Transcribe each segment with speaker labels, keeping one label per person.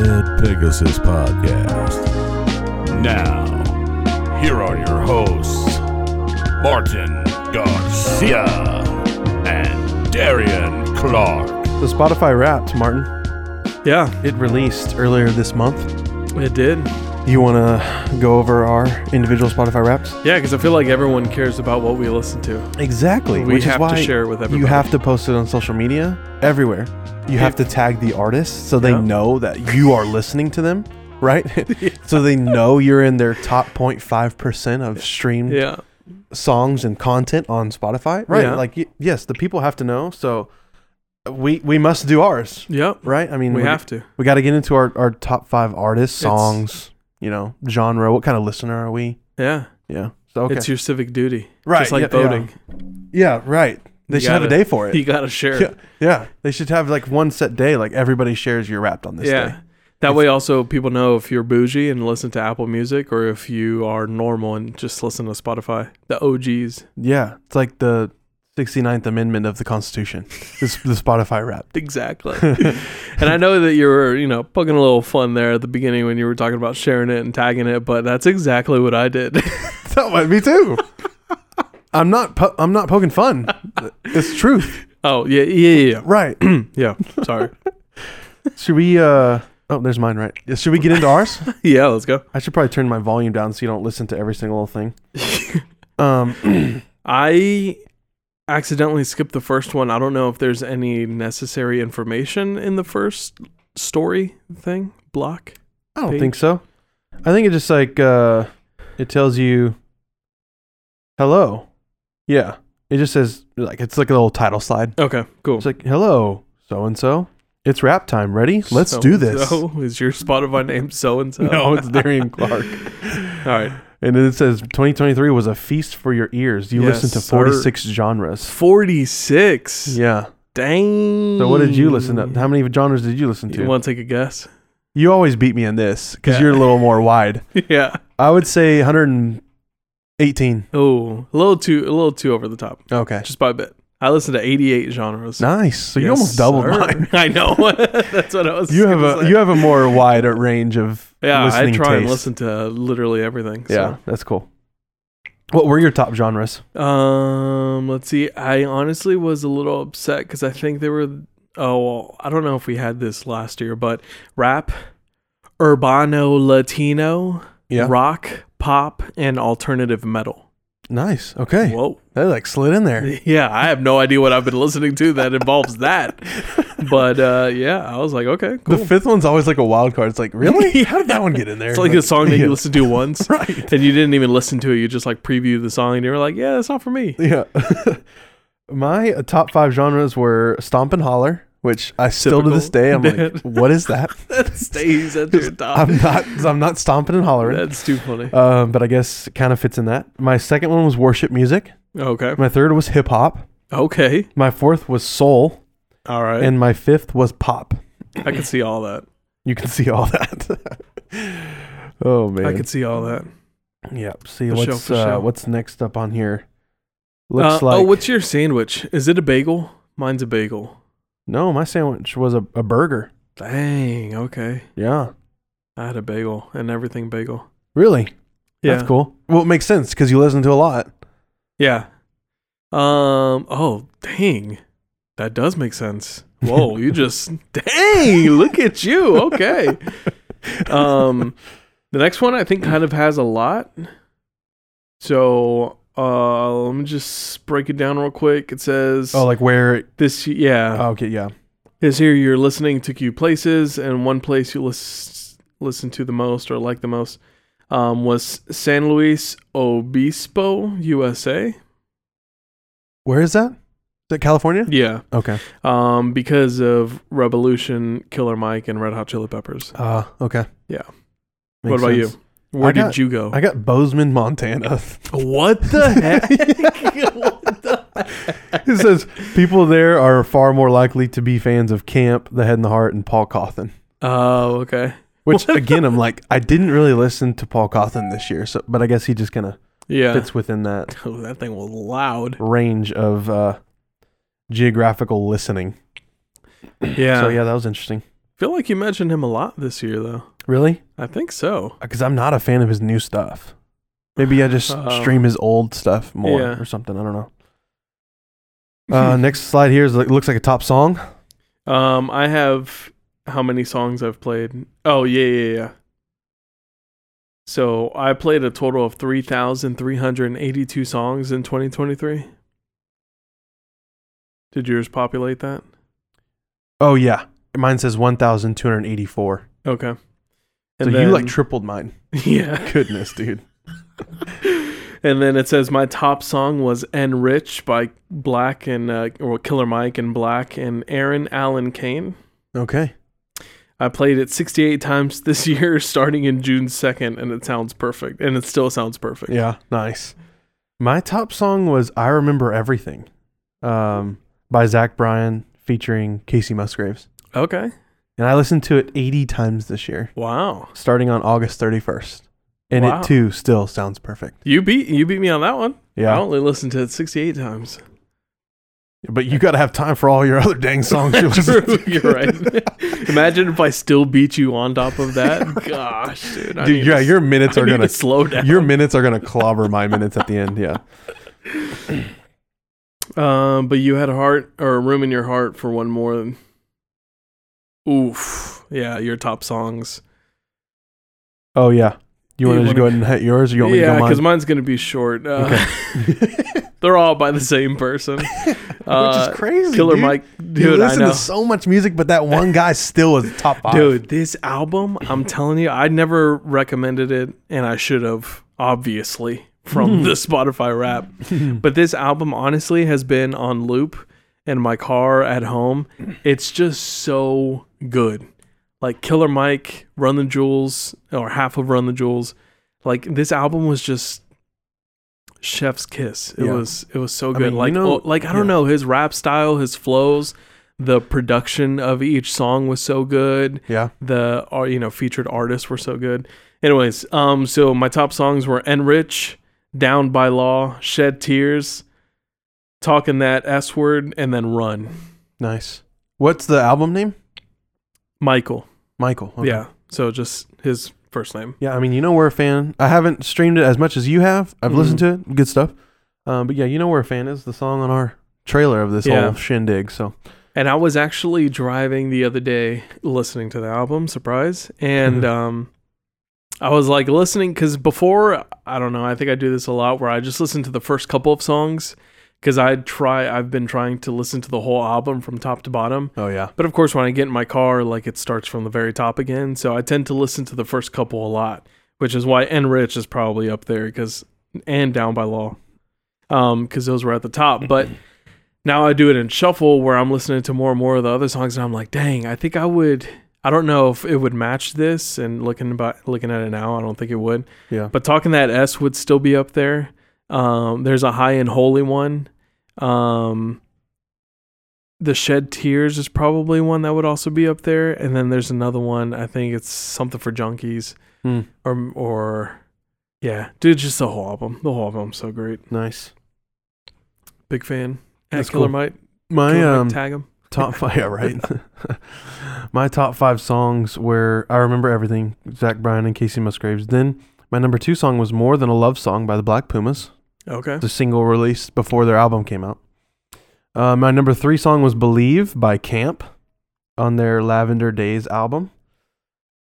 Speaker 1: Pegasus Podcast.
Speaker 2: Now, here are your hosts, Martin Garcia and Darian Clark.
Speaker 3: The Spotify Wrapped, Martin.
Speaker 4: Yeah,
Speaker 3: It released earlier this month.
Speaker 4: it did.
Speaker 3: You want to go over our individual Spotify Wraps?
Speaker 4: Yeah, because I feel like everyone cares about what we listen to.
Speaker 3: Exactly.
Speaker 4: We have to share it with
Speaker 3: You
Speaker 4: everybody.
Speaker 3: have to post it on social media everywhere. You have to tag the artist so they
Speaker 4: Yeah.
Speaker 3: know that you are listening to them, right? so they know you're in their top 0.5% of streamed
Speaker 4: Yeah.
Speaker 3: songs and content on Spotify, right?
Speaker 4: Yeah.
Speaker 3: Like, y- yes, the people have to know. So we we must do ours,
Speaker 4: Yep.
Speaker 3: right? I mean,
Speaker 4: We
Speaker 3: we're-
Speaker 4: have to.
Speaker 3: We got to get into our, our top five artists,
Speaker 4: It's-
Speaker 3: songs, you know, genre. What kind of listener are we?
Speaker 4: Yeah.
Speaker 3: Yeah. So okay.
Speaker 4: It's your civic duty.
Speaker 3: Right,
Speaker 4: Just like
Speaker 3: yeah,
Speaker 4: voting.
Speaker 3: yeah, right. They
Speaker 4: You
Speaker 3: should have a
Speaker 4: gotta-
Speaker 3: day for it.
Speaker 4: You got to share.
Speaker 3: yeah, yeah. They should have like one set day. Like everybody shares your wrapped on this
Speaker 4: yeah.
Speaker 3: day.
Speaker 4: That way, also, people know if you're bougie and listen to Apple Music or if you are normal and just listen to Spotify. The OGs.
Speaker 3: Yeah. It's like the 69th Amendment of the Constitution. this the Spotify wrapped.
Speaker 4: Exactly. and I know that you were, you know, poking a little fun there at the beginning when you were talking about sharing it and tagging it, but that's exactly what I did.
Speaker 3: So, me too. I'm not. Po- I'm not poking fun. It's truth.
Speaker 4: oh, yeah. Yeah.
Speaker 3: Right.
Speaker 4: Yeah. Yeah. Sorry.
Speaker 3: Should we? uh Oh, there's mine. Right. Yeah, Should we get into ours?
Speaker 4: yeah. Let's go.
Speaker 3: I should probably turn my volume down so you don't listen to every single little thing. um,
Speaker 4: I accidentally skipped the first one. I don't know if there's any necessary information in the first story thing block.
Speaker 3: I don't
Speaker 4: Pete?
Speaker 3: think so. I think it just like uh, it tells you hello. Yeah, it just says like it's like a little title slide.
Speaker 4: Okay, cool.
Speaker 3: It's like hello, so and so. It's rap time. Ready? Let's do this.
Speaker 4: So is your Spotify name so and so?
Speaker 3: No, it's Darian Clark.
Speaker 4: All right,
Speaker 3: And then it says 2023 was a feast for your ears. You
Speaker 4: Yes,
Speaker 3: listened to
Speaker 4: sir.
Speaker 3: 46 genres.
Speaker 4: forty six.
Speaker 3: Yeah.
Speaker 4: Dang.
Speaker 3: So what did you listen to? How many genres did you listen to?
Speaker 4: You want to take a guess?
Speaker 3: You always beat me in this because
Speaker 4: Yeah.
Speaker 3: you're a little more wide.
Speaker 4: yeah.
Speaker 3: I would say 118.
Speaker 4: Oh, a little too, a little too over the top,
Speaker 3: Okay.
Speaker 4: just by a bit. I listened to eighty eight genres.
Speaker 3: Nice. So you
Speaker 4: Yes,
Speaker 3: almost doubled
Speaker 4: sir.
Speaker 3: mine.
Speaker 4: I know. That's what I was.
Speaker 3: You have
Speaker 4: gonna
Speaker 3: a
Speaker 4: say.
Speaker 3: you have a more wide range of
Speaker 4: Yeah, I
Speaker 3: listening
Speaker 4: try and
Speaker 3: taste.
Speaker 4: listen to literally everything. So.
Speaker 3: Yeah, that's cool. What were your top genres?
Speaker 4: Um, let's see. I honestly was a little upset because I think they were. Oh, well, I don't know if we had this last year, but rap, urbano Latino, rock, pop, and alternative metal.
Speaker 3: Nice. Okay.
Speaker 4: Whoa.
Speaker 3: That like slid in there.
Speaker 4: Yeah, I have no idea what I've been listening to that involves that. But uh, yeah, I was like, okay, cool.
Speaker 3: The fifth one's always like a wild card. It's like, really? How did that one get in there?
Speaker 4: it's like a song that
Speaker 3: yeah.
Speaker 4: you listen to once.
Speaker 3: Right.
Speaker 4: And you didn't even listen to it. You just like preview the song, and you were like, "Yeah, that's not for me."
Speaker 3: Yeah. My uh, top five genres were Stomp and Holler, which I still to this day I'm like, what is that?
Speaker 4: That stays at your top.
Speaker 3: I'm not I'm not stomping and hollering.
Speaker 4: That's too funny.
Speaker 3: Um, but I guess it kind of fits in that. My second one was worship music.
Speaker 4: Okay.
Speaker 3: My third was hip hop.
Speaker 4: Okay.
Speaker 3: My fourth was soul,
Speaker 4: All right.
Speaker 3: and my fifth was pop.
Speaker 4: I could see all that.
Speaker 3: You can see all that. oh man.
Speaker 4: I could see all that.
Speaker 3: Yep. See
Speaker 4: For
Speaker 3: what's
Speaker 4: sure, for
Speaker 3: uh,
Speaker 4: sure.
Speaker 3: what's next up on here. Looks
Speaker 4: Uh,
Speaker 3: like
Speaker 4: Oh, what's your sandwich? Is it a bagel? Mine's a bagel.
Speaker 3: no. My sandwich was a, a burger.
Speaker 4: Dang. Okay.
Speaker 3: Yeah.
Speaker 4: I had a bagel and everything bagel.
Speaker 3: Really.
Speaker 4: Yeah.
Speaker 3: That's cool. Well, it makes sense because you listen to a lot.
Speaker 4: Yeah. Um. Oh, dang. That does make sense. Whoa, you just dang. Look at you. Okay. Um, the next one I think kind of has a lot. So uh, let me just break it down real quick. It says
Speaker 3: Oh, like where? It,
Speaker 4: this. Yeah.
Speaker 3: oh, okay. Yeah.
Speaker 4: is here you're listening to Q places, and one place you lis- listen to the most or like the most um, was San Luis Obispo, USA.
Speaker 3: Where is that? Is that California?
Speaker 4: Yeah,
Speaker 3: Okay.
Speaker 4: um, because of Revolution, Killer Mike, and Red Hot Chili Peppers.
Speaker 3: Uh, okay.
Speaker 4: Yeah.
Speaker 3: Makes
Speaker 4: what about
Speaker 3: sense.
Speaker 4: you? Where
Speaker 3: I
Speaker 4: did
Speaker 3: got-
Speaker 4: you go?
Speaker 3: I got Bozeman, Montana.
Speaker 4: what the heck? What the-
Speaker 3: it says people there are far more likely to be fans of Camp, The Head and the Heart, and Paul Cawthon.
Speaker 4: oh, okay.
Speaker 3: Which again, I'm like, I didn't really listen to Paul Cawthon this year, so but I guess he just kind of
Speaker 4: Yeah.
Speaker 3: fits within that
Speaker 4: oh, that thing was loud.
Speaker 3: range of uh, geographical listening.
Speaker 4: Yeah.
Speaker 3: So yeah, that was interesting.
Speaker 4: feel like you mentioned him a lot this year, though.
Speaker 3: Really?
Speaker 4: I think so.
Speaker 3: Because I'm not a fan of his new stuff. Maybe I just
Speaker 4: Uh-oh.
Speaker 3: stream his old stuff more
Speaker 4: Yeah.
Speaker 3: or something. I don't know. Uh, next slide here is like, looks like a top song.
Speaker 4: Um, I have how many songs I've played? Oh yeah, yeah, yeah. So I played a total of three thousand three hundred eighty-two songs in 2023. Did yours populate that?
Speaker 3: Oh yeah, mine says 1,284.
Speaker 4: Okay. And
Speaker 3: So you like
Speaker 4: then-
Speaker 3: tripled mine.
Speaker 4: yeah.
Speaker 3: Goodness, dude.
Speaker 4: And then it says my top song was "Enrich" by Black and uh, or Killer Mike and Black and Aaron Allen Kane.
Speaker 3: Okay.
Speaker 4: I played it 68 times this year, starting in June 2nd, and it sounds perfect. And it still sounds perfect.
Speaker 3: Yeah, nice. My top song was "I Remember Everything," um, by Zach Bryan featuring Casey Musgraves,
Speaker 4: Okay.
Speaker 3: and I listened to it 80 times this year,
Speaker 4: Wow.
Speaker 3: starting on August 31st, and
Speaker 4: Wow.
Speaker 3: it too still sounds perfect.
Speaker 4: You beat you beat me on that one. I
Speaker 3: Yeah,
Speaker 4: only listened to it 68 times.
Speaker 3: but you got to have time for all your other dang songs. you listen
Speaker 4: True,
Speaker 3: to.
Speaker 4: you're right. Imagine if I still beat you on top of that. Gosh, dude. I need
Speaker 3: dude.
Speaker 4: to
Speaker 3: Yeah,
Speaker 4: s-
Speaker 3: your minutes
Speaker 4: I
Speaker 3: are
Speaker 4: need
Speaker 3: gonna
Speaker 4: to slow down.
Speaker 3: your minutes are gonna clobber my minutes at the end. Yeah.
Speaker 4: Um, but you had a heart or a room in your heart for one more. Oof. Yeah, your top songs.
Speaker 3: Oh yeah. You want
Speaker 4: You
Speaker 3: to just
Speaker 4: wanna-
Speaker 3: go ahead and hit yours? Or you want me
Speaker 4: yeah,
Speaker 3: to go mine?
Speaker 4: because mine's gonna be short. Uh, they're all by the same person. Uh,
Speaker 3: Which is crazy.
Speaker 4: Killer
Speaker 3: dude.
Speaker 4: Mike,
Speaker 3: you
Speaker 4: dude. I
Speaker 3: listen
Speaker 4: know.
Speaker 3: to so much music, but that one guy still is top five.
Speaker 4: Dude, this album, I'm telling you, I never recommended it, and I should have, obviously, from the Spotify rap. But this album, honestly, has been on loop in my car at home. It's just so good. Like Killer Mike, Run the Jewels, or half of Run the Jewels. Like this album was just chef's kiss. It
Speaker 3: Yeah.
Speaker 4: was it was so
Speaker 3: I
Speaker 4: good.
Speaker 3: mean, you
Speaker 4: like
Speaker 3: know-
Speaker 4: oh, like I don't
Speaker 3: yeah.
Speaker 4: know his rap style, his flows, the production of each song was so good
Speaker 3: Yeah.
Speaker 4: the uh, you know featured artists were so good. Anyways, um, so my top songs were "Enrich," "Down by Law," "Shed Tears," "Talking That S Word," and then "Run."
Speaker 3: Nice. What's the album name?
Speaker 4: Michael,
Speaker 3: Michael. okay.
Speaker 4: yeah. So just his first name.
Speaker 3: Yeah. I mean, you know, we're a fan. I haven't streamed it as much as you have. I've listened to
Speaker 4: Mm-hmm.
Speaker 3: it. Good stuff. Um, but yeah, you know, we're a fan. Is the song on our trailer of this
Speaker 4: Yeah.
Speaker 3: whole shindig. So
Speaker 4: And I was actually driving the other day listening to the album, surprise. And
Speaker 3: Mhm.
Speaker 4: um, I was like listening because before, I don't know, I think I do this a lot where I just listen to the first couple of songs because I try, I've been trying to listen to the whole album from top to bottom.
Speaker 3: oh yeah,
Speaker 4: But of course, when I get in my car, like it starts from the very top again. So I tend to listen to the first couple a lot, which is why Enrich is probably up there because and Down by Law, um, because those were at the top. But now I do it in shuffle where I'm listening to more and more of the other songs, and I'm like, dang, I think I would. I don't know if it would match this, and looking by looking at it now, I don't think it would.
Speaker 3: yeah.
Speaker 4: But talking that S would still be up there. Um, there's a high and holy one. Um, the shed tears is probably one that would also be up there, and then there's another one. I think it's something for junkies
Speaker 3: Hmm.
Speaker 4: or or yeah, dude, just the whole album. The whole album's so great.
Speaker 3: nice.
Speaker 4: Big fan. At
Speaker 3: That's
Speaker 4: Killer
Speaker 3: cool.
Speaker 4: Mike,
Speaker 3: My
Speaker 4: Killer Mike,
Speaker 3: um,
Speaker 4: tag him.
Speaker 3: top five. Yeah, right. my top five songs were I remember everything. Zach Bryan and Casey Musgraves. Then my number two song was "More Than a Love Song" by the Black Pumas.
Speaker 4: Okay.
Speaker 3: the single released before their album came out. Uh, my number three song was "Believe" by Camp on their Lavender Days album,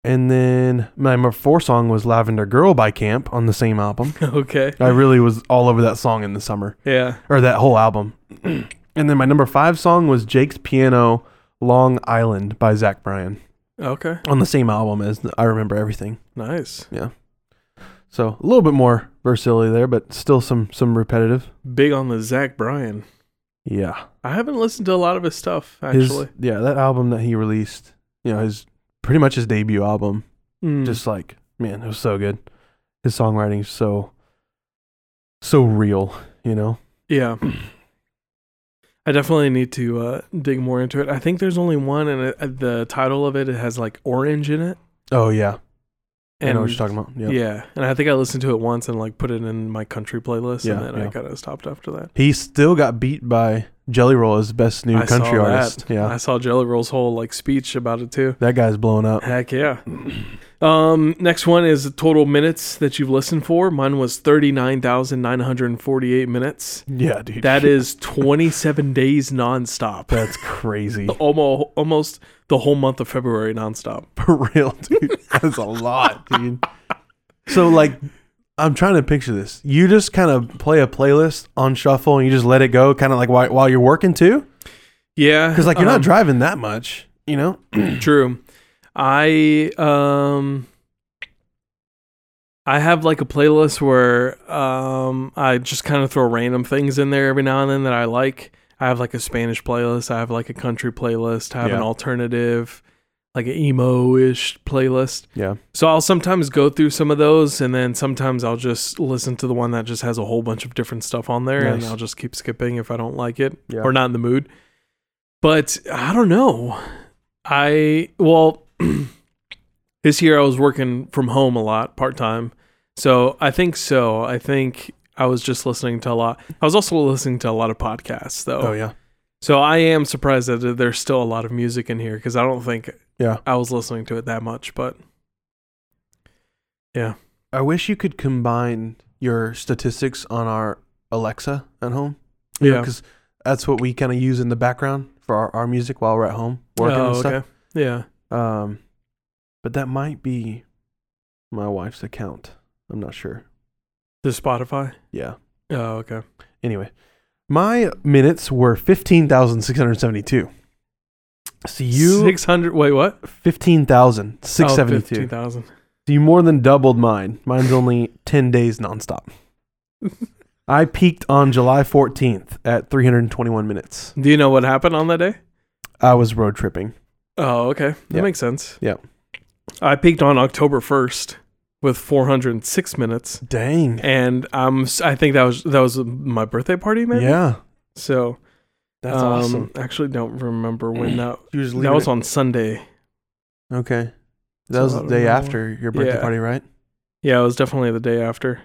Speaker 3: and then my number four song was "Lavender Girl" by Camp on the same album.
Speaker 4: Okay.
Speaker 3: I really was all over that song in the summer,
Speaker 4: Yeah.
Speaker 3: or that whole album. and then my number five song was Jake's Piano "Long Island" by Zach Bryan
Speaker 4: Okay.
Speaker 3: on the same album as I Remember Everything.
Speaker 4: Nice.
Speaker 3: So a little bit more versatility there, but still some some repetitive.
Speaker 4: Big on the Zach Bryan.
Speaker 3: Yeah.
Speaker 4: I haven't listened to a lot of his stuff
Speaker 3: His-
Speaker 4: actually.
Speaker 3: yeah, that album that he released, you know, his pretty much his debut album.
Speaker 4: Mm.
Speaker 3: Just like, man, it was so good. His songwriting's so so real, you know.
Speaker 4: Yeah. I definitely need to uh, dig more into it. I think there's only one, and uh the title of it, it has like orange in it.
Speaker 3: Oh yeah.
Speaker 4: And
Speaker 3: I know what you're talking about. Yeah.
Speaker 4: Yeah, and I think I listened to it once and like put it in my country playlist, and
Speaker 3: Yeah,
Speaker 4: then I
Speaker 3: yeah.
Speaker 4: kind of stopped after that.
Speaker 3: He still got beat by Jelly Roll as best new
Speaker 4: I saw
Speaker 3: country
Speaker 4: that.
Speaker 3: artist. Yeah.
Speaker 4: I saw Jelly Roll's whole like speech about it too.
Speaker 3: that guy's blowing up.
Speaker 4: Heck yeah. Um, next one is the total minutes that you've listened for. Mine was 39,948 minutes.
Speaker 3: Yeah, dude.
Speaker 4: That is 27 days nonstop.
Speaker 3: that's crazy.
Speaker 4: Almost, almost the whole month of February nonstop.
Speaker 3: For real, dude. That's a lot, dude. So like I'm trying to picture this. You just kind of play a playlist on shuffle and you just let it go kind of like while, while you're working too?
Speaker 4: Yeah.
Speaker 3: Cuz like you're
Speaker 4: um,
Speaker 3: not driving that much, you know?
Speaker 4: True. I um I have like a playlist where um I just kind of throw random things in there every now and then that I like. I have like a Spanish playlist, I have like a country playlist, I have an
Speaker 3: Yeah.
Speaker 4: alternative like an emo-ish playlist.
Speaker 3: Yeah.
Speaker 4: So I'll sometimes go through some of those and then sometimes I'll just listen to the one that just has a whole bunch of different stuff on there and
Speaker 3: Nice.
Speaker 4: I'll just keep skipping if I don't like it
Speaker 3: Yeah.
Speaker 4: or not in the mood. But I don't know. I well this year I was working from home a lot part time. So I think so. I think I was just listening to a lot. I was also listening to a lot of podcasts though.
Speaker 3: Oh yeah.
Speaker 4: So I am surprised that there's still a lot of music in here because I don't think
Speaker 3: Yeah.
Speaker 4: I was listening to it that much. But
Speaker 3: I wish you could combine your statistics on our Alexa at home. You
Speaker 4: Yeah.
Speaker 3: Because that's what we kind of use in the background for our, our music while we're at home working and
Speaker 4: oh,
Speaker 3: stuff.
Speaker 4: okay, yeah,
Speaker 3: Um, but that might be my wife's account. I'm not sure.
Speaker 4: the Spotify.
Speaker 3: Yeah.
Speaker 4: Oh, okay.
Speaker 3: Anyway, my minutes were 15,672. So you
Speaker 4: six hundred. Wait, what? Oh,
Speaker 3: 15,672.
Speaker 4: 15,000.
Speaker 3: so you more than doubled mine. Mine's only 10 days nonstop. I peaked on July 14th at 321 minutes.
Speaker 4: Do you know what happened on that day?
Speaker 3: I was road tripping.
Speaker 4: Oh, okay. That
Speaker 3: Yeah.
Speaker 4: makes sense.
Speaker 3: Yeah.
Speaker 4: I peaked on October 1st with 406 minutes
Speaker 3: Dang.
Speaker 4: and um s- I think that was that was my birthday party maybe.
Speaker 3: Yeah.
Speaker 4: So
Speaker 3: That's
Speaker 4: um,
Speaker 3: awesome.
Speaker 4: actually don't remember when that
Speaker 3: You just
Speaker 4: that was on Sunday.
Speaker 3: Okay. That
Speaker 4: So
Speaker 3: was
Speaker 4: I
Speaker 3: the
Speaker 4: don't
Speaker 3: day
Speaker 4: know.
Speaker 3: after your birthday
Speaker 4: Yeah.
Speaker 3: party, right?
Speaker 4: Yeah, it was definitely the day after.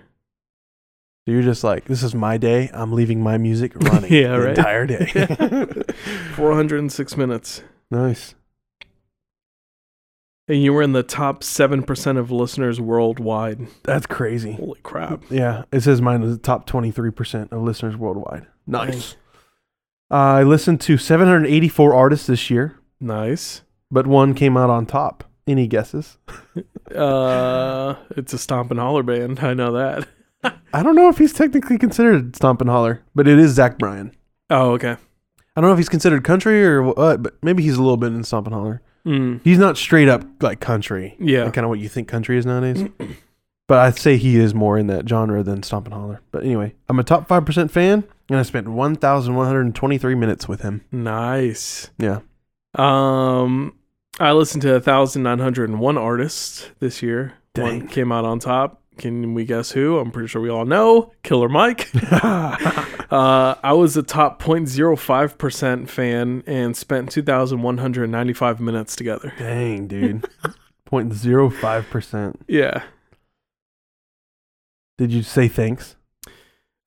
Speaker 3: So you're just like, this is my day. I'm leaving my music running
Speaker 4: Yeah,
Speaker 3: the
Speaker 4: right.
Speaker 3: entire day.
Speaker 4: 406 minutes.
Speaker 3: nice.
Speaker 4: And you were in the top 7% of listeners worldwide.
Speaker 3: That's crazy.
Speaker 4: Holy crap.
Speaker 3: Yeah, it says mine is the top 23% of listeners worldwide. I listened to 784 artists this year,
Speaker 4: Nice.
Speaker 3: but one came out on top. Any guesses?
Speaker 4: Uh it's a stomp and holler band. I know that.
Speaker 3: I don't know if he's technically considered Stomp and Holler, but it is Zach Bryan.
Speaker 4: Oh, okay.
Speaker 3: I don't know if he's considered country or what, but maybe he's a little bit in Stomp and Holler.
Speaker 4: Mm.
Speaker 3: He's not straight up like country,
Speaker 4: Yeah. Mm.
Speaker 3: kind of what you think country is nowadays. but I'd say he is more in that genre than Stomp and Holler. But anyway, I'm a top 5% fan, and I spent 1,123 minutes with him.
Speaker 4: Nice.
Speaker 3: Yeah.
Speaker 4: Um, I listened to 1,901 artists this year. One
Speaker 3: Dang.
Speaker 4: came out on top. Can we guess who? I'm pretty sure we all know Killer Mike. uh, I was a top 0.05% fan and spent 2,195 minutes together.
Speaker 3: Dang, dude. 0.05%.
Speaker 4: Yeah.
Speaker 3: Did you say thanks?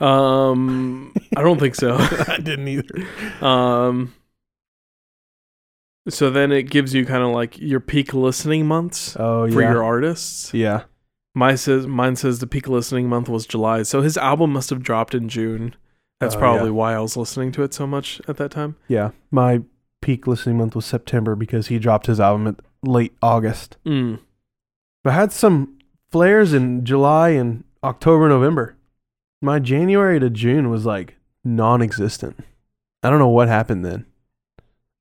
Speaker 4: Um, I don't think so.
Speaker 3: I didn't either.
Speaker 4: Um, so then it gives you kind of like your peak listening months
Speaker 3: Oh, yeah.
Speaker 4: for your artists.
Speaker 3: yeah.
Speaker 4: My says mine says the peak listening month was July, so his album must have dropped in June. That's
Speaker 3: Oh,
Speaker 4: probably
Speaker 3: yeah.
Speaker 4: why I was listening to it so much at that time.
Speaker 3: Yeah. My peak listening month was September because he dropped his album at late August.
Speaker 4: Mm.
Speaker 3: But I had some flares in July and October, November. My January to June was like non existent. I don't know what happened then.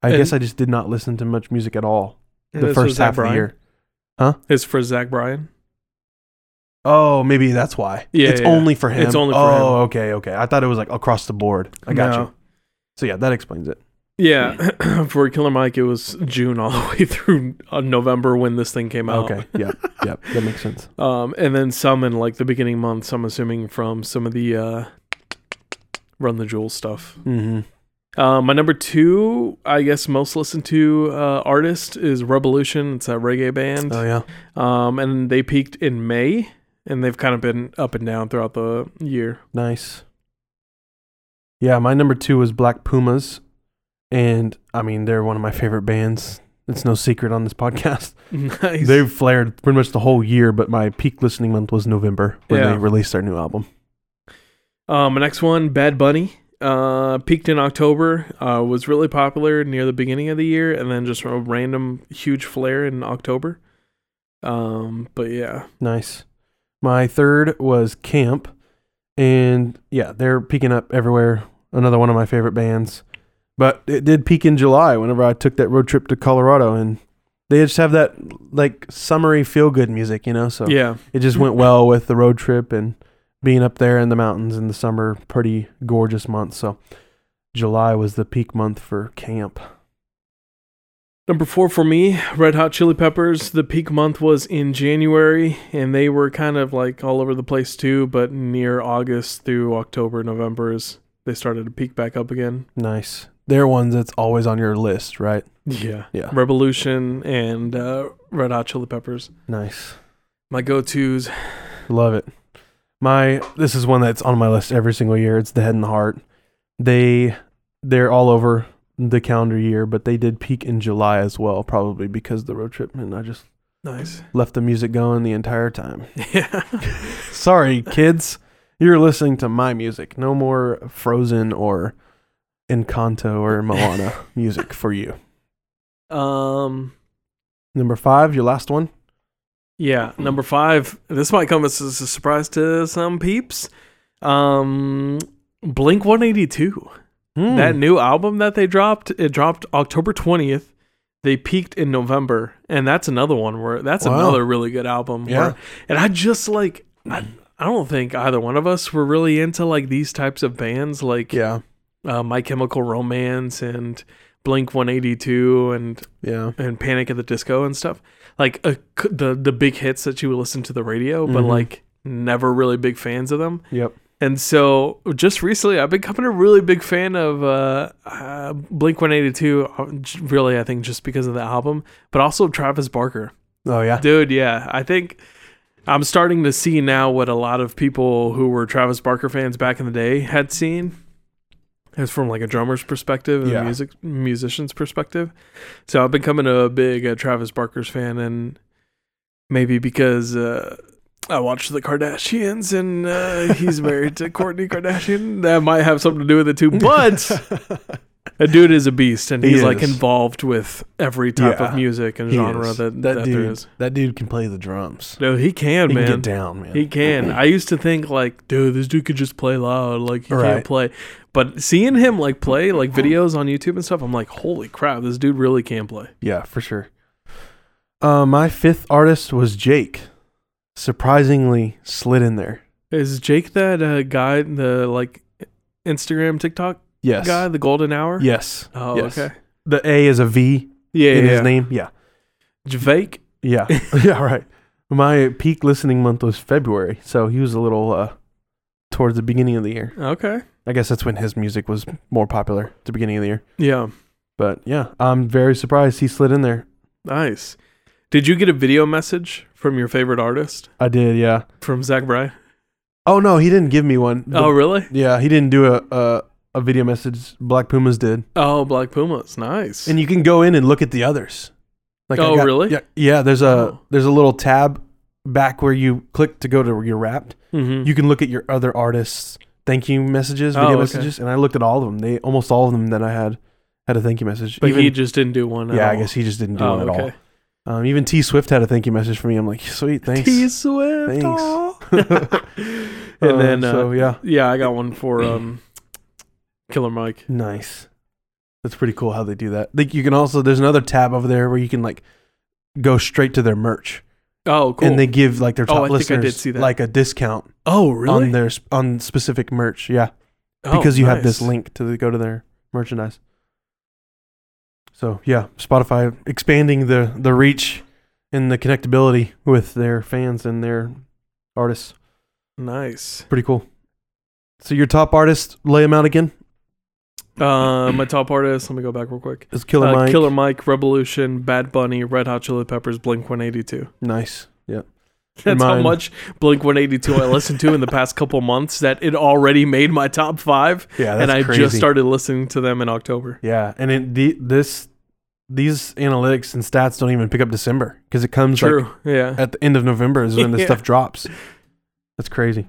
Speaker 3: I
Speaker 4: And-
Speaker 3: guess I just did not listen to much music at all
Speaker 4: And
Speaker 3: the
Speaker 4: this was
Speaker 3: first
Speaker 4: Zach
Speaker 3: half of
Speaker 4: Bryan?
Speaker 3: the year.
Speaker 4: It's for Zach Bryan.
Speaker 3: Oh, maybe that's why.
Speaker 4: Yeah,
Speaker 3: it's
Speaker 4: yeah, yeah.
Speaker 3: only for him.
Speaker 4: It's only for
Speaker 3: oh,
Speaker 4: him.
Speaker 3: okay, okay. I thought it was like across the board. I got you. So yeah, that explains it.
Speaker 4: you. Yeah, for Killer Mike, it was June all the way through uh, November when this thing came out.
Speaker 3: Okay, yeah, yeah, that makes sense.
Speaker 4: Um, and then some in like the beginning months. I'm assuming from some of the uh, Run the Jewels stuff.
Speaker 3: Mm-hmm.
Speaker 4: Uh, my number two, I guess, most listened to uh, artist is Revolution. It's that reggae band.
Speaker 3: Oh yeah,
Speaker 4: Um, and they peaked in May, and they've kind of been up and down throughout the year.
Speaker 3: nice. Yeah, my number two was Black Pumas, and I mean they're one of my favorite bands. It's no secret on this podcast.
Speaker 4: Nice.
Speaker 3: They've flared pretty much the whole year, but my peak listening month was November when
Speaker 4: Yeah.
Speaker 3: they released their new album.
Speaker 4: Um, next one, Bad Bunny. Uh, peaked in October, uh, was really popular near the beginning of the year, and then just a random huge flare in October. Um, but yeah,
Speaker 3: Nice. My third was Camp. And yeah, they're peaking up everywhere. Another one of my favorite bands. But it did peak in July whenever I took that road trip to Colorado and they just have that like summery feel good music, you know? So
Speaker 4: yeah,
Speaker 3: it just went well with the road trip and being up there in the mountains in the summer, pretty gorgeous month. So July was the peak month for camp.
Speaker 4: Number four for me, Red Hot Chili Peppers. The peak month was in January, and they were kind of like all over the place too. But near August through October, November is they started to peak back up again.
Speaker 3: Nice. They're ones that's always on your list, right?
Speaker 4: Yeah,
Speaker 3: Yeah.
Speaker 4: Revolution and uh, Red Hot Chili Peppers.
Speaker 3: Nice.
Speaker 4: My go-to's.
Speaker 3: Love it. My this is one that's on my list every single year. It's the head and the heart. They they're all over the calendar year, but they did peak in July as well, probably because of the road trip and I just
Speaker 4: Nice.
Speaker 3: left the music going the entire time.
Speaker 4: Yeah.
Speaker 3: Sorry, kids. You're listening to my music. No more Frozen or Encanto or Moana music for you.
Speaker 4: Um.
Speaker 3: Number 5, your last one.
Speaker 4: Yeah. Number five. This might come as a s- surprise to some peeps. Um. Blink One Eighty Two.
Speaker 3: Hmm. Mm.
Speaker 4: That new album that they dropped. It dropped October twentieth. They peaked in November, and that's another one where that's
Speaker 3: Wow.
Speaker 4: another really good album. where-
Speaker 3: Yeah.
Speaker 4: and I just like I, I don't think either one of us were really into like these types of bands like
Speaker 3: yeah.
Speaker 4: uh, My Chemical Romance and Blink One Eighty Two and
Speaker 3: Yeah.
Speaker 4: and Panic at the Disco and stuff. Like uh, c- the the big hits that you would listen to the radio, but
Speaker 3: Mhm.
Speaker 4: like never really big fans of them.
Speaker 3: Yep.
Speaker 4: And so just recently, I've becoming a really big fan of uh, uh, Blink One Eighty Two. Really, I think just because of the album, but also Travis Barker,
Speaker 3: Oh yeah.
Speaker 4: dude. Yeah, I think. I'm starting to see now what a lot of people who were Travis Barker fans back in the day had seen. As from like a drummer's perspective and
Speaker 3: Yeah.
Speaker 4: a music musician's perspective. So I've becoming a big uh, Travis Barker's fan, and maybe because uh, I watched the Kardashians and uh, he's married to Courtney Kardashian, that might have something to do with it too. But a dude is a beast, and
Speaker 3: He
Speaker 4: he's like
Speaker 3: is.
Speaker 4: involved with every type of
Speaker 3: Yeah.
Speaker 4: music and
Speaker 3: He
Speaker 4: genre
Speaker 3: is.
Speaker 4: that, that,
Speaker 3: that
Speaker 4: there
Speaker 3: dude
Speaker 4: is.
Speaker 3: that dude can play the drums.
Speaker 4: No, he can,
Speaker 3: He
Speaker 4: man.
Speaker 3: can get down, man.
Speaker 4: He can. I used to think like, dude, this dude could just play loud, like he
Speaker 3: Right.
Speaker 4: can't play. But seeing him like play like videos on YouTube and stuff, I'm like, holy crap, this dude really can play.
Speaker 3: Yeah, for sure. Uh, my fifth artist was Jake. Surprisingly, slid in there.
Speaker 4: Is Jake that uh, guy in the like Instagram TikTok
Speaker 3: Yes.
Speaker 4: guy, the Golden Hour?
Speaker 3: Yes.
Speaker 4: Oh,
Speaker 3: Yes.
Speaker 4: okay.
Speaker 3: The A is a V
Speaker 4: Yeah,
Speaker 3: in
Speaker 4: yeah.
Speaker 3: his name. Yeah.
Speaker 4: Jake.
Speaker 3: Yeah. yeah. Right. My peak listening month was February, so he was a little uh, towards the beginning of the year.
Speaker 4: Okay.
Speaker 3: I guess that's when his music was more popular, at the beginning of the year.
Speaker 4: Yeah.
Speaker 3: But yeah, I'm very surprised he slid in there.
Speaker 4: Nice. Did you get a video message from your favorite artist
Speaker 3: I did. Yeah.
Speaker 4: from Zach Bry?
Speaker 3: Oh no, he didn't give me one. The-
Speaker 4: oh, really?
Speaker 3: Yeah, he didn't do a, a a video message. Black Pumas did.
Speaker 4: Oh, Black Pumas. Nice.
Speaker 3: and you can go in and look at the others. Like I
Speaker 4: Oh, really?
Speaker 3: Yeah, yeah. There's a
Speaker 4: Oh.
Speaker 3: there's a little tab back where you click to go to your Wrapped.
Speaker 4: Mhm.
Speaker 3: You can look at your other artists' thank you messages, video
Speaker 4: Oh, okay.
Speaker 3: messages, and I looked at all of them. They almost all of them that I had had a thank you message.
Speaker 4: but
Speaker 3: Even-
Speaker 4: he just didn't do one. at
Speaker 3: yeah, I
Speaker 4: all.
Speaker 3: guess he just didn't do
Speaker 4: Oh,
Speaker 3: one at all. Um, even T Swift had a thank you message for me. I'm like, sweet, thanks.
Speaker 4: T Swift.
Speaker 3: Thanks.
Speaker 4: aw. and then, uh,
Speaker 3: so yeah,
Speaker 4: yeah, I got one for um, Killer Mike.
Speaker 3: nice. That's pretty cool how they do that. Like you can also there's another tab over there where you can like go straight to their merch.
Speaker 4: Oh, cool.
Speaker 3: and they give like their
Speaker 4: Oh,
Speaker 3: top
Speaker 4: I think I
Speaker 3: listeners
Speaker 4: did see that.
Speaker 3: like a discount
Speaker 4: oh, really?
Speaker 3: on their sp- on specific merch. Yeah,
Speaker 4: Oh,
Speaker 3: because you have this
Speaker 4: nice.
Speaker 3: link to the, go to their merchandise. So yeah, Spotify expanding the the reach and the connectability with their fans and their artists.
Speaker 4: Nice.
Speaker 3: Pretty cool. So your top artist, lay them out again.
Speaker 4: Uh, my top artist. Let me go back real quick.
Speaker 3: Is Killer
Speaker 4: uh,
Speaker 3: Mike?
Speaker 4: Killer Mike, Revolution, Bad Bunny, Red Hot Chili Peppers, Blink 182.
Speaker 3: Nice. Yeah.
Speaker 4: That's how
Speaker 3: Mine-
Speaker 4: much Blink 182 I listened to in the past couple months that it already made my top five.
Speaker 3: Yeah.
Speaker 4: and
Speaker 3: that's
Speaker 4: I
Speaker 3: crazy.
Speaker 4: just started listening to them in October.
Speaker 3: Yeah, and it the, this these analytics and stats don't even pick up December because it comes like
Speaker 4: True. yeah.
Speaker 3: at the end of November is when this
Speaker 4: Yeah.
Speaker 3: stuff drops. That's crazy.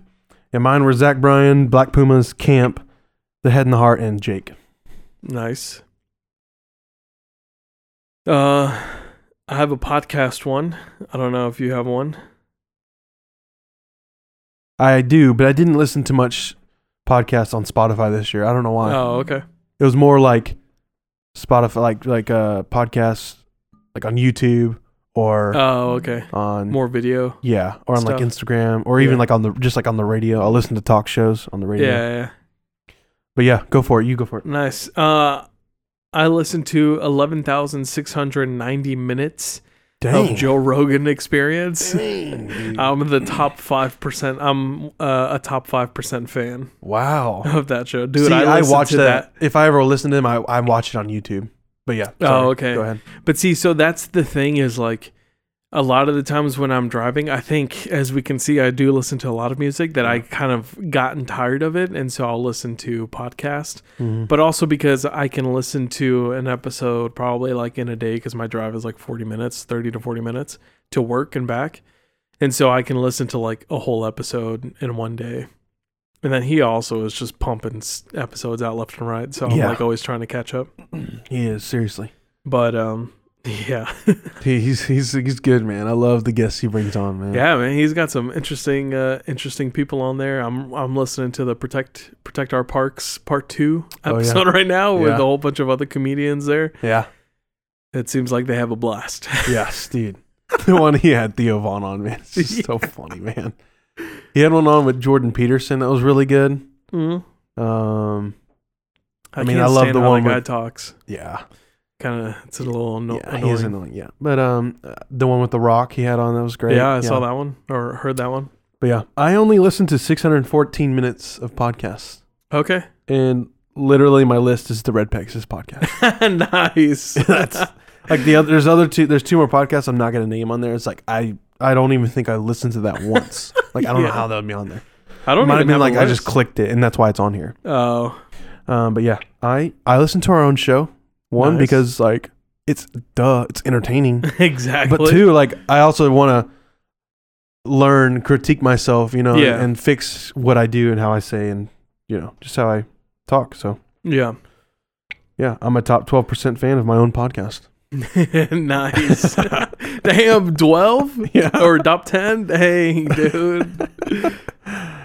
Speaker 3: Yeah, mine were Zach Bryan, Black Pumas, Camp, The Head and the Heart, and Jake.
Speaker 4: Nice. Uh, I have a podcast one. I don't know if you have one.
Speaker 3: I do, but I didn't listen to much podcasts on Spotify this year. I don't know why.
Speaker 4: Oh, okay.
Speaker 3: It was more like Spotify, like like uh, podcasts, like on YouTube or
Speaker 4: Oh, okay.
Speaker 3: on
Speaker 4: More video.
Speaker 3: yeah, or on like
Speaker 4: stuff.
Speaker 3: Instagram or even
Speaker 4: Yeah.
Speaker 3: like on the just like on the radio. I'll listen to talk shows on the
Speaker 4: Yeah,
Speaker 3: radio.
Speaker 4: yeah, yeah.
Speaker 3: But yeah, go for it. You go for it.
Speaker 4: Nice. Uh, I listened to eleven thousand six hundred ninety minutes of Joe Rogan Experience. I'm in the top five percent. I'm uh, a top five percent fan
Speaker 3: wow.
Speaker 4: of that show, dude.
Speaker 3: See, I,
Speaker 4: listened
Speaker 3: watch
Speaker 4: to
Speaker 3: that. If I ever listen to them, I, I watch it on YouTube. But yeah.
Speaker 4: Oh,
Speaker 3: sorry.
Speaker 4: okay.
Speaker 3: Go ahead.
Speaker 4: But see, so that's the thing is like a lot of the times when I'm driving, I think as we can see, I do listen to a lot of music that I kind of gotten tired of it, and so I'll listen to podcast. But also because I can listen to an episode probably like in a day because my drive is like 40 minutes, 30 to 40 minutes to work and back. And so I can listen to like a whole episode in one day. And then he also is just pumping s- episodes out left and right. So I'm
Speaker 3: Yeah.
Speaker 4: like always trying to catch up.
Speaker 3: He is seriously.
Speaker 4: But um yeah.
Speaker 3: He, he's he's he's good, man. I love the guests he brings on, man.
Speaker 4: Yeah, man, he's got some interesting, uh, interesting people on there. I'm, I'm listening to the protect, protect our parks part two
Speaker 3: Oh, yeah.
Speaker 4: episode right now with
Speaker 3: Yeah.
Speaker 4: a whole bunch of other comedians there.
Speaker 3: Yeah.
Speaker 4: It seems like they have a blast.
Speaker 3: Yes, dude. the one he had Theo Vaughn on, man. It's just so funny, man. He had one on with Jordan Peterson that was really good. Um,
Speaker 4: Mhm. I,
Speaker 3: mean,
Speaker 4: can't
Speaker 3: Mm-hmm. I love
Speaker 4: stand
Speaker 3: the
Speaker 4: how
Speaker 3: one
Speaker 4: that guy
Speaker 3: with-
Speaker 4: talks.
Speaker 3: yeah,
Speaker 4: Kind of, it's a little anno-
Speaker 3: yeah, he
Speaker 4: annoying.
Speaker 3: is annoying. Yeah, but um, uh, the one with the Rock he had on that was great.
Speaker 4: Yeah, I saw that one or heard that one.
Speaker 3: But yeah, I only listened to 614 minutes of podcasts,
Speaker 4: Okay,
Speaker 3: and literally my list is the Red Pegasus podcast.
Speaker 4: nice.
Speaker 3: That's like the other. There's other two. There's two more podcasts. I'm not gonna name on there. It's like I I don't even think I listened to that once. Like I don't
Speaker 4: Yeah.
Speaker 3: know how that would be on there.
Speaker 4: I
Speaker 3: It
Speaker 4: don't
Speaker 3: might have
Speaker 4: even
Speaker 3: been like
Speaker 4: a
Speaker 3: I just
Speaker 4: list.
Speaker 3: clicked it, and that's why it's on here.
Speaker 4: Oh,
Speaker 3: Um, but yeah, I I listen to our own show. One
Speaker 4: Nice.
Speaker 3: because like it's duh, it's entertaining.
Speaker 4: exactly.
Speaker 3: but two, like I also want to learn, critique myself, you know,
Speaker 4: Yeah.
Speaker 3: and fix what I do and how I say and you know just how I talk. So
Speaker 4: yeah,
Speaker 3: yeah, I'm a top twelve percent fan of my own podcast.
Speaker 4: nice. Damn, twelve.
Speaker 3: Yeah.
Speaker 4: or top 10 dang dude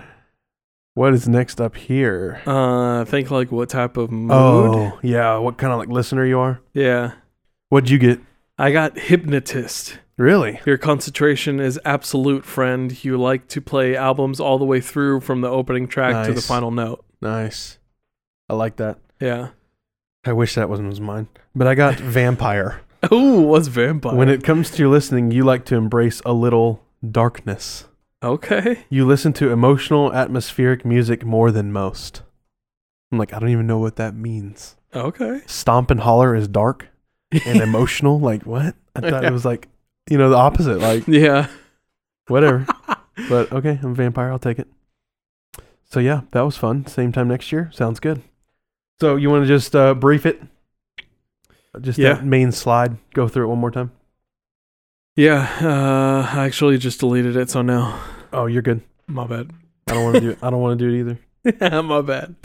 Speaker 3: What is next up here?
Speaker 4: uh think like what type of mood
Speaker 3: Oh yeah, what kind of like listener you are?
Speaker 4: yeah
Speaker 3: What'd you get?
Speaker 4: i got hypnotist
Speaker 3: Really?
Speaker 4: your concentration is absolute friend you like to play albums all the way through from the opening track to the
Speaker 3: Nice.
Speaker 4: final note
Speaker 3: Nice. I like that.
Speaker 4: yeah
Speaker 3: I wish that wasn't was mine, but I got vampire.
Speaker 4: Ooh, what's vampire
Speaker 3: When it comes to your listening, you like to embrace a little darkness.
Speaker 4: okay
Speaker 3: You listen to emotional, atmospheric music more than most. I'm like, I don't even know what that means.
Speaker 4: okay
Speaker 3: Stomp and holler is dark and emotional. Like, what? I thought it was like, you know, the opposite. Like,
Speaker 4: yeah
Speaker 3: whatever. but okay, I'm a vampire. I'll take it. So, yeah, that was fun. Same time next year. Sounds good. So, you want to just uh, brief it? Just
Speaker 4: Yeah.
Speaker 3: that main slide. Go through it one more time.
Speaker 4: yeah uh i actually just deleted it so now
Speaker 3: Oh, you're good.
Speaker 4: my bad
Speaker 3: I don't want to do it. I don't want to do it either.
Speaker 4: my bad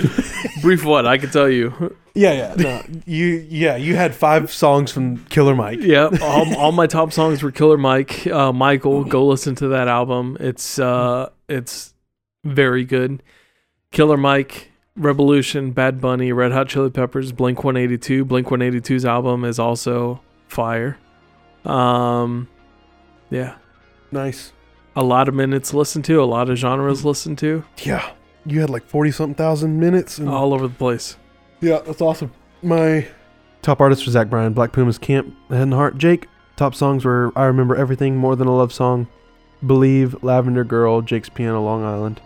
Speaker 4: brief what i can tell you
Speaker 3: Yeah, yeah. No, you yeah, you had five songs from Killer Mike.
Speaker 4: yeah all, all my top songs were killer mike uh michael go listen to that album it's uh it's very good killer mike revolution bad bunny red hot chili peppers blink 182 blink 182's album is also fire um yeah
Speaker 3: Nice.
Speaker 4: a lot of minutes listened to a lot of genres listened to
Speaker 3: Yeah. You had like forty something thousand minutes and
Speaker 4: all over the place
Speaker 3: Yeah, that's awesome. My top artists were Zach Bryan, Black Pumas Camp, Head and Heart, Jake. Top songs were I Remember Everything, More Than a Love Song, Believe, Lavender Girl, Jake's Piano, Long Island.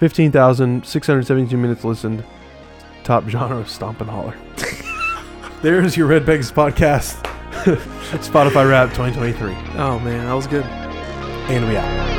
Speaker 3: 15,672 minutes listened. Top genre, Stomp and Holler. There's your Red Pegs podcast. Spotify Rap 2023.
Speaker 4: oh man that was good
Speaker 3: And we out.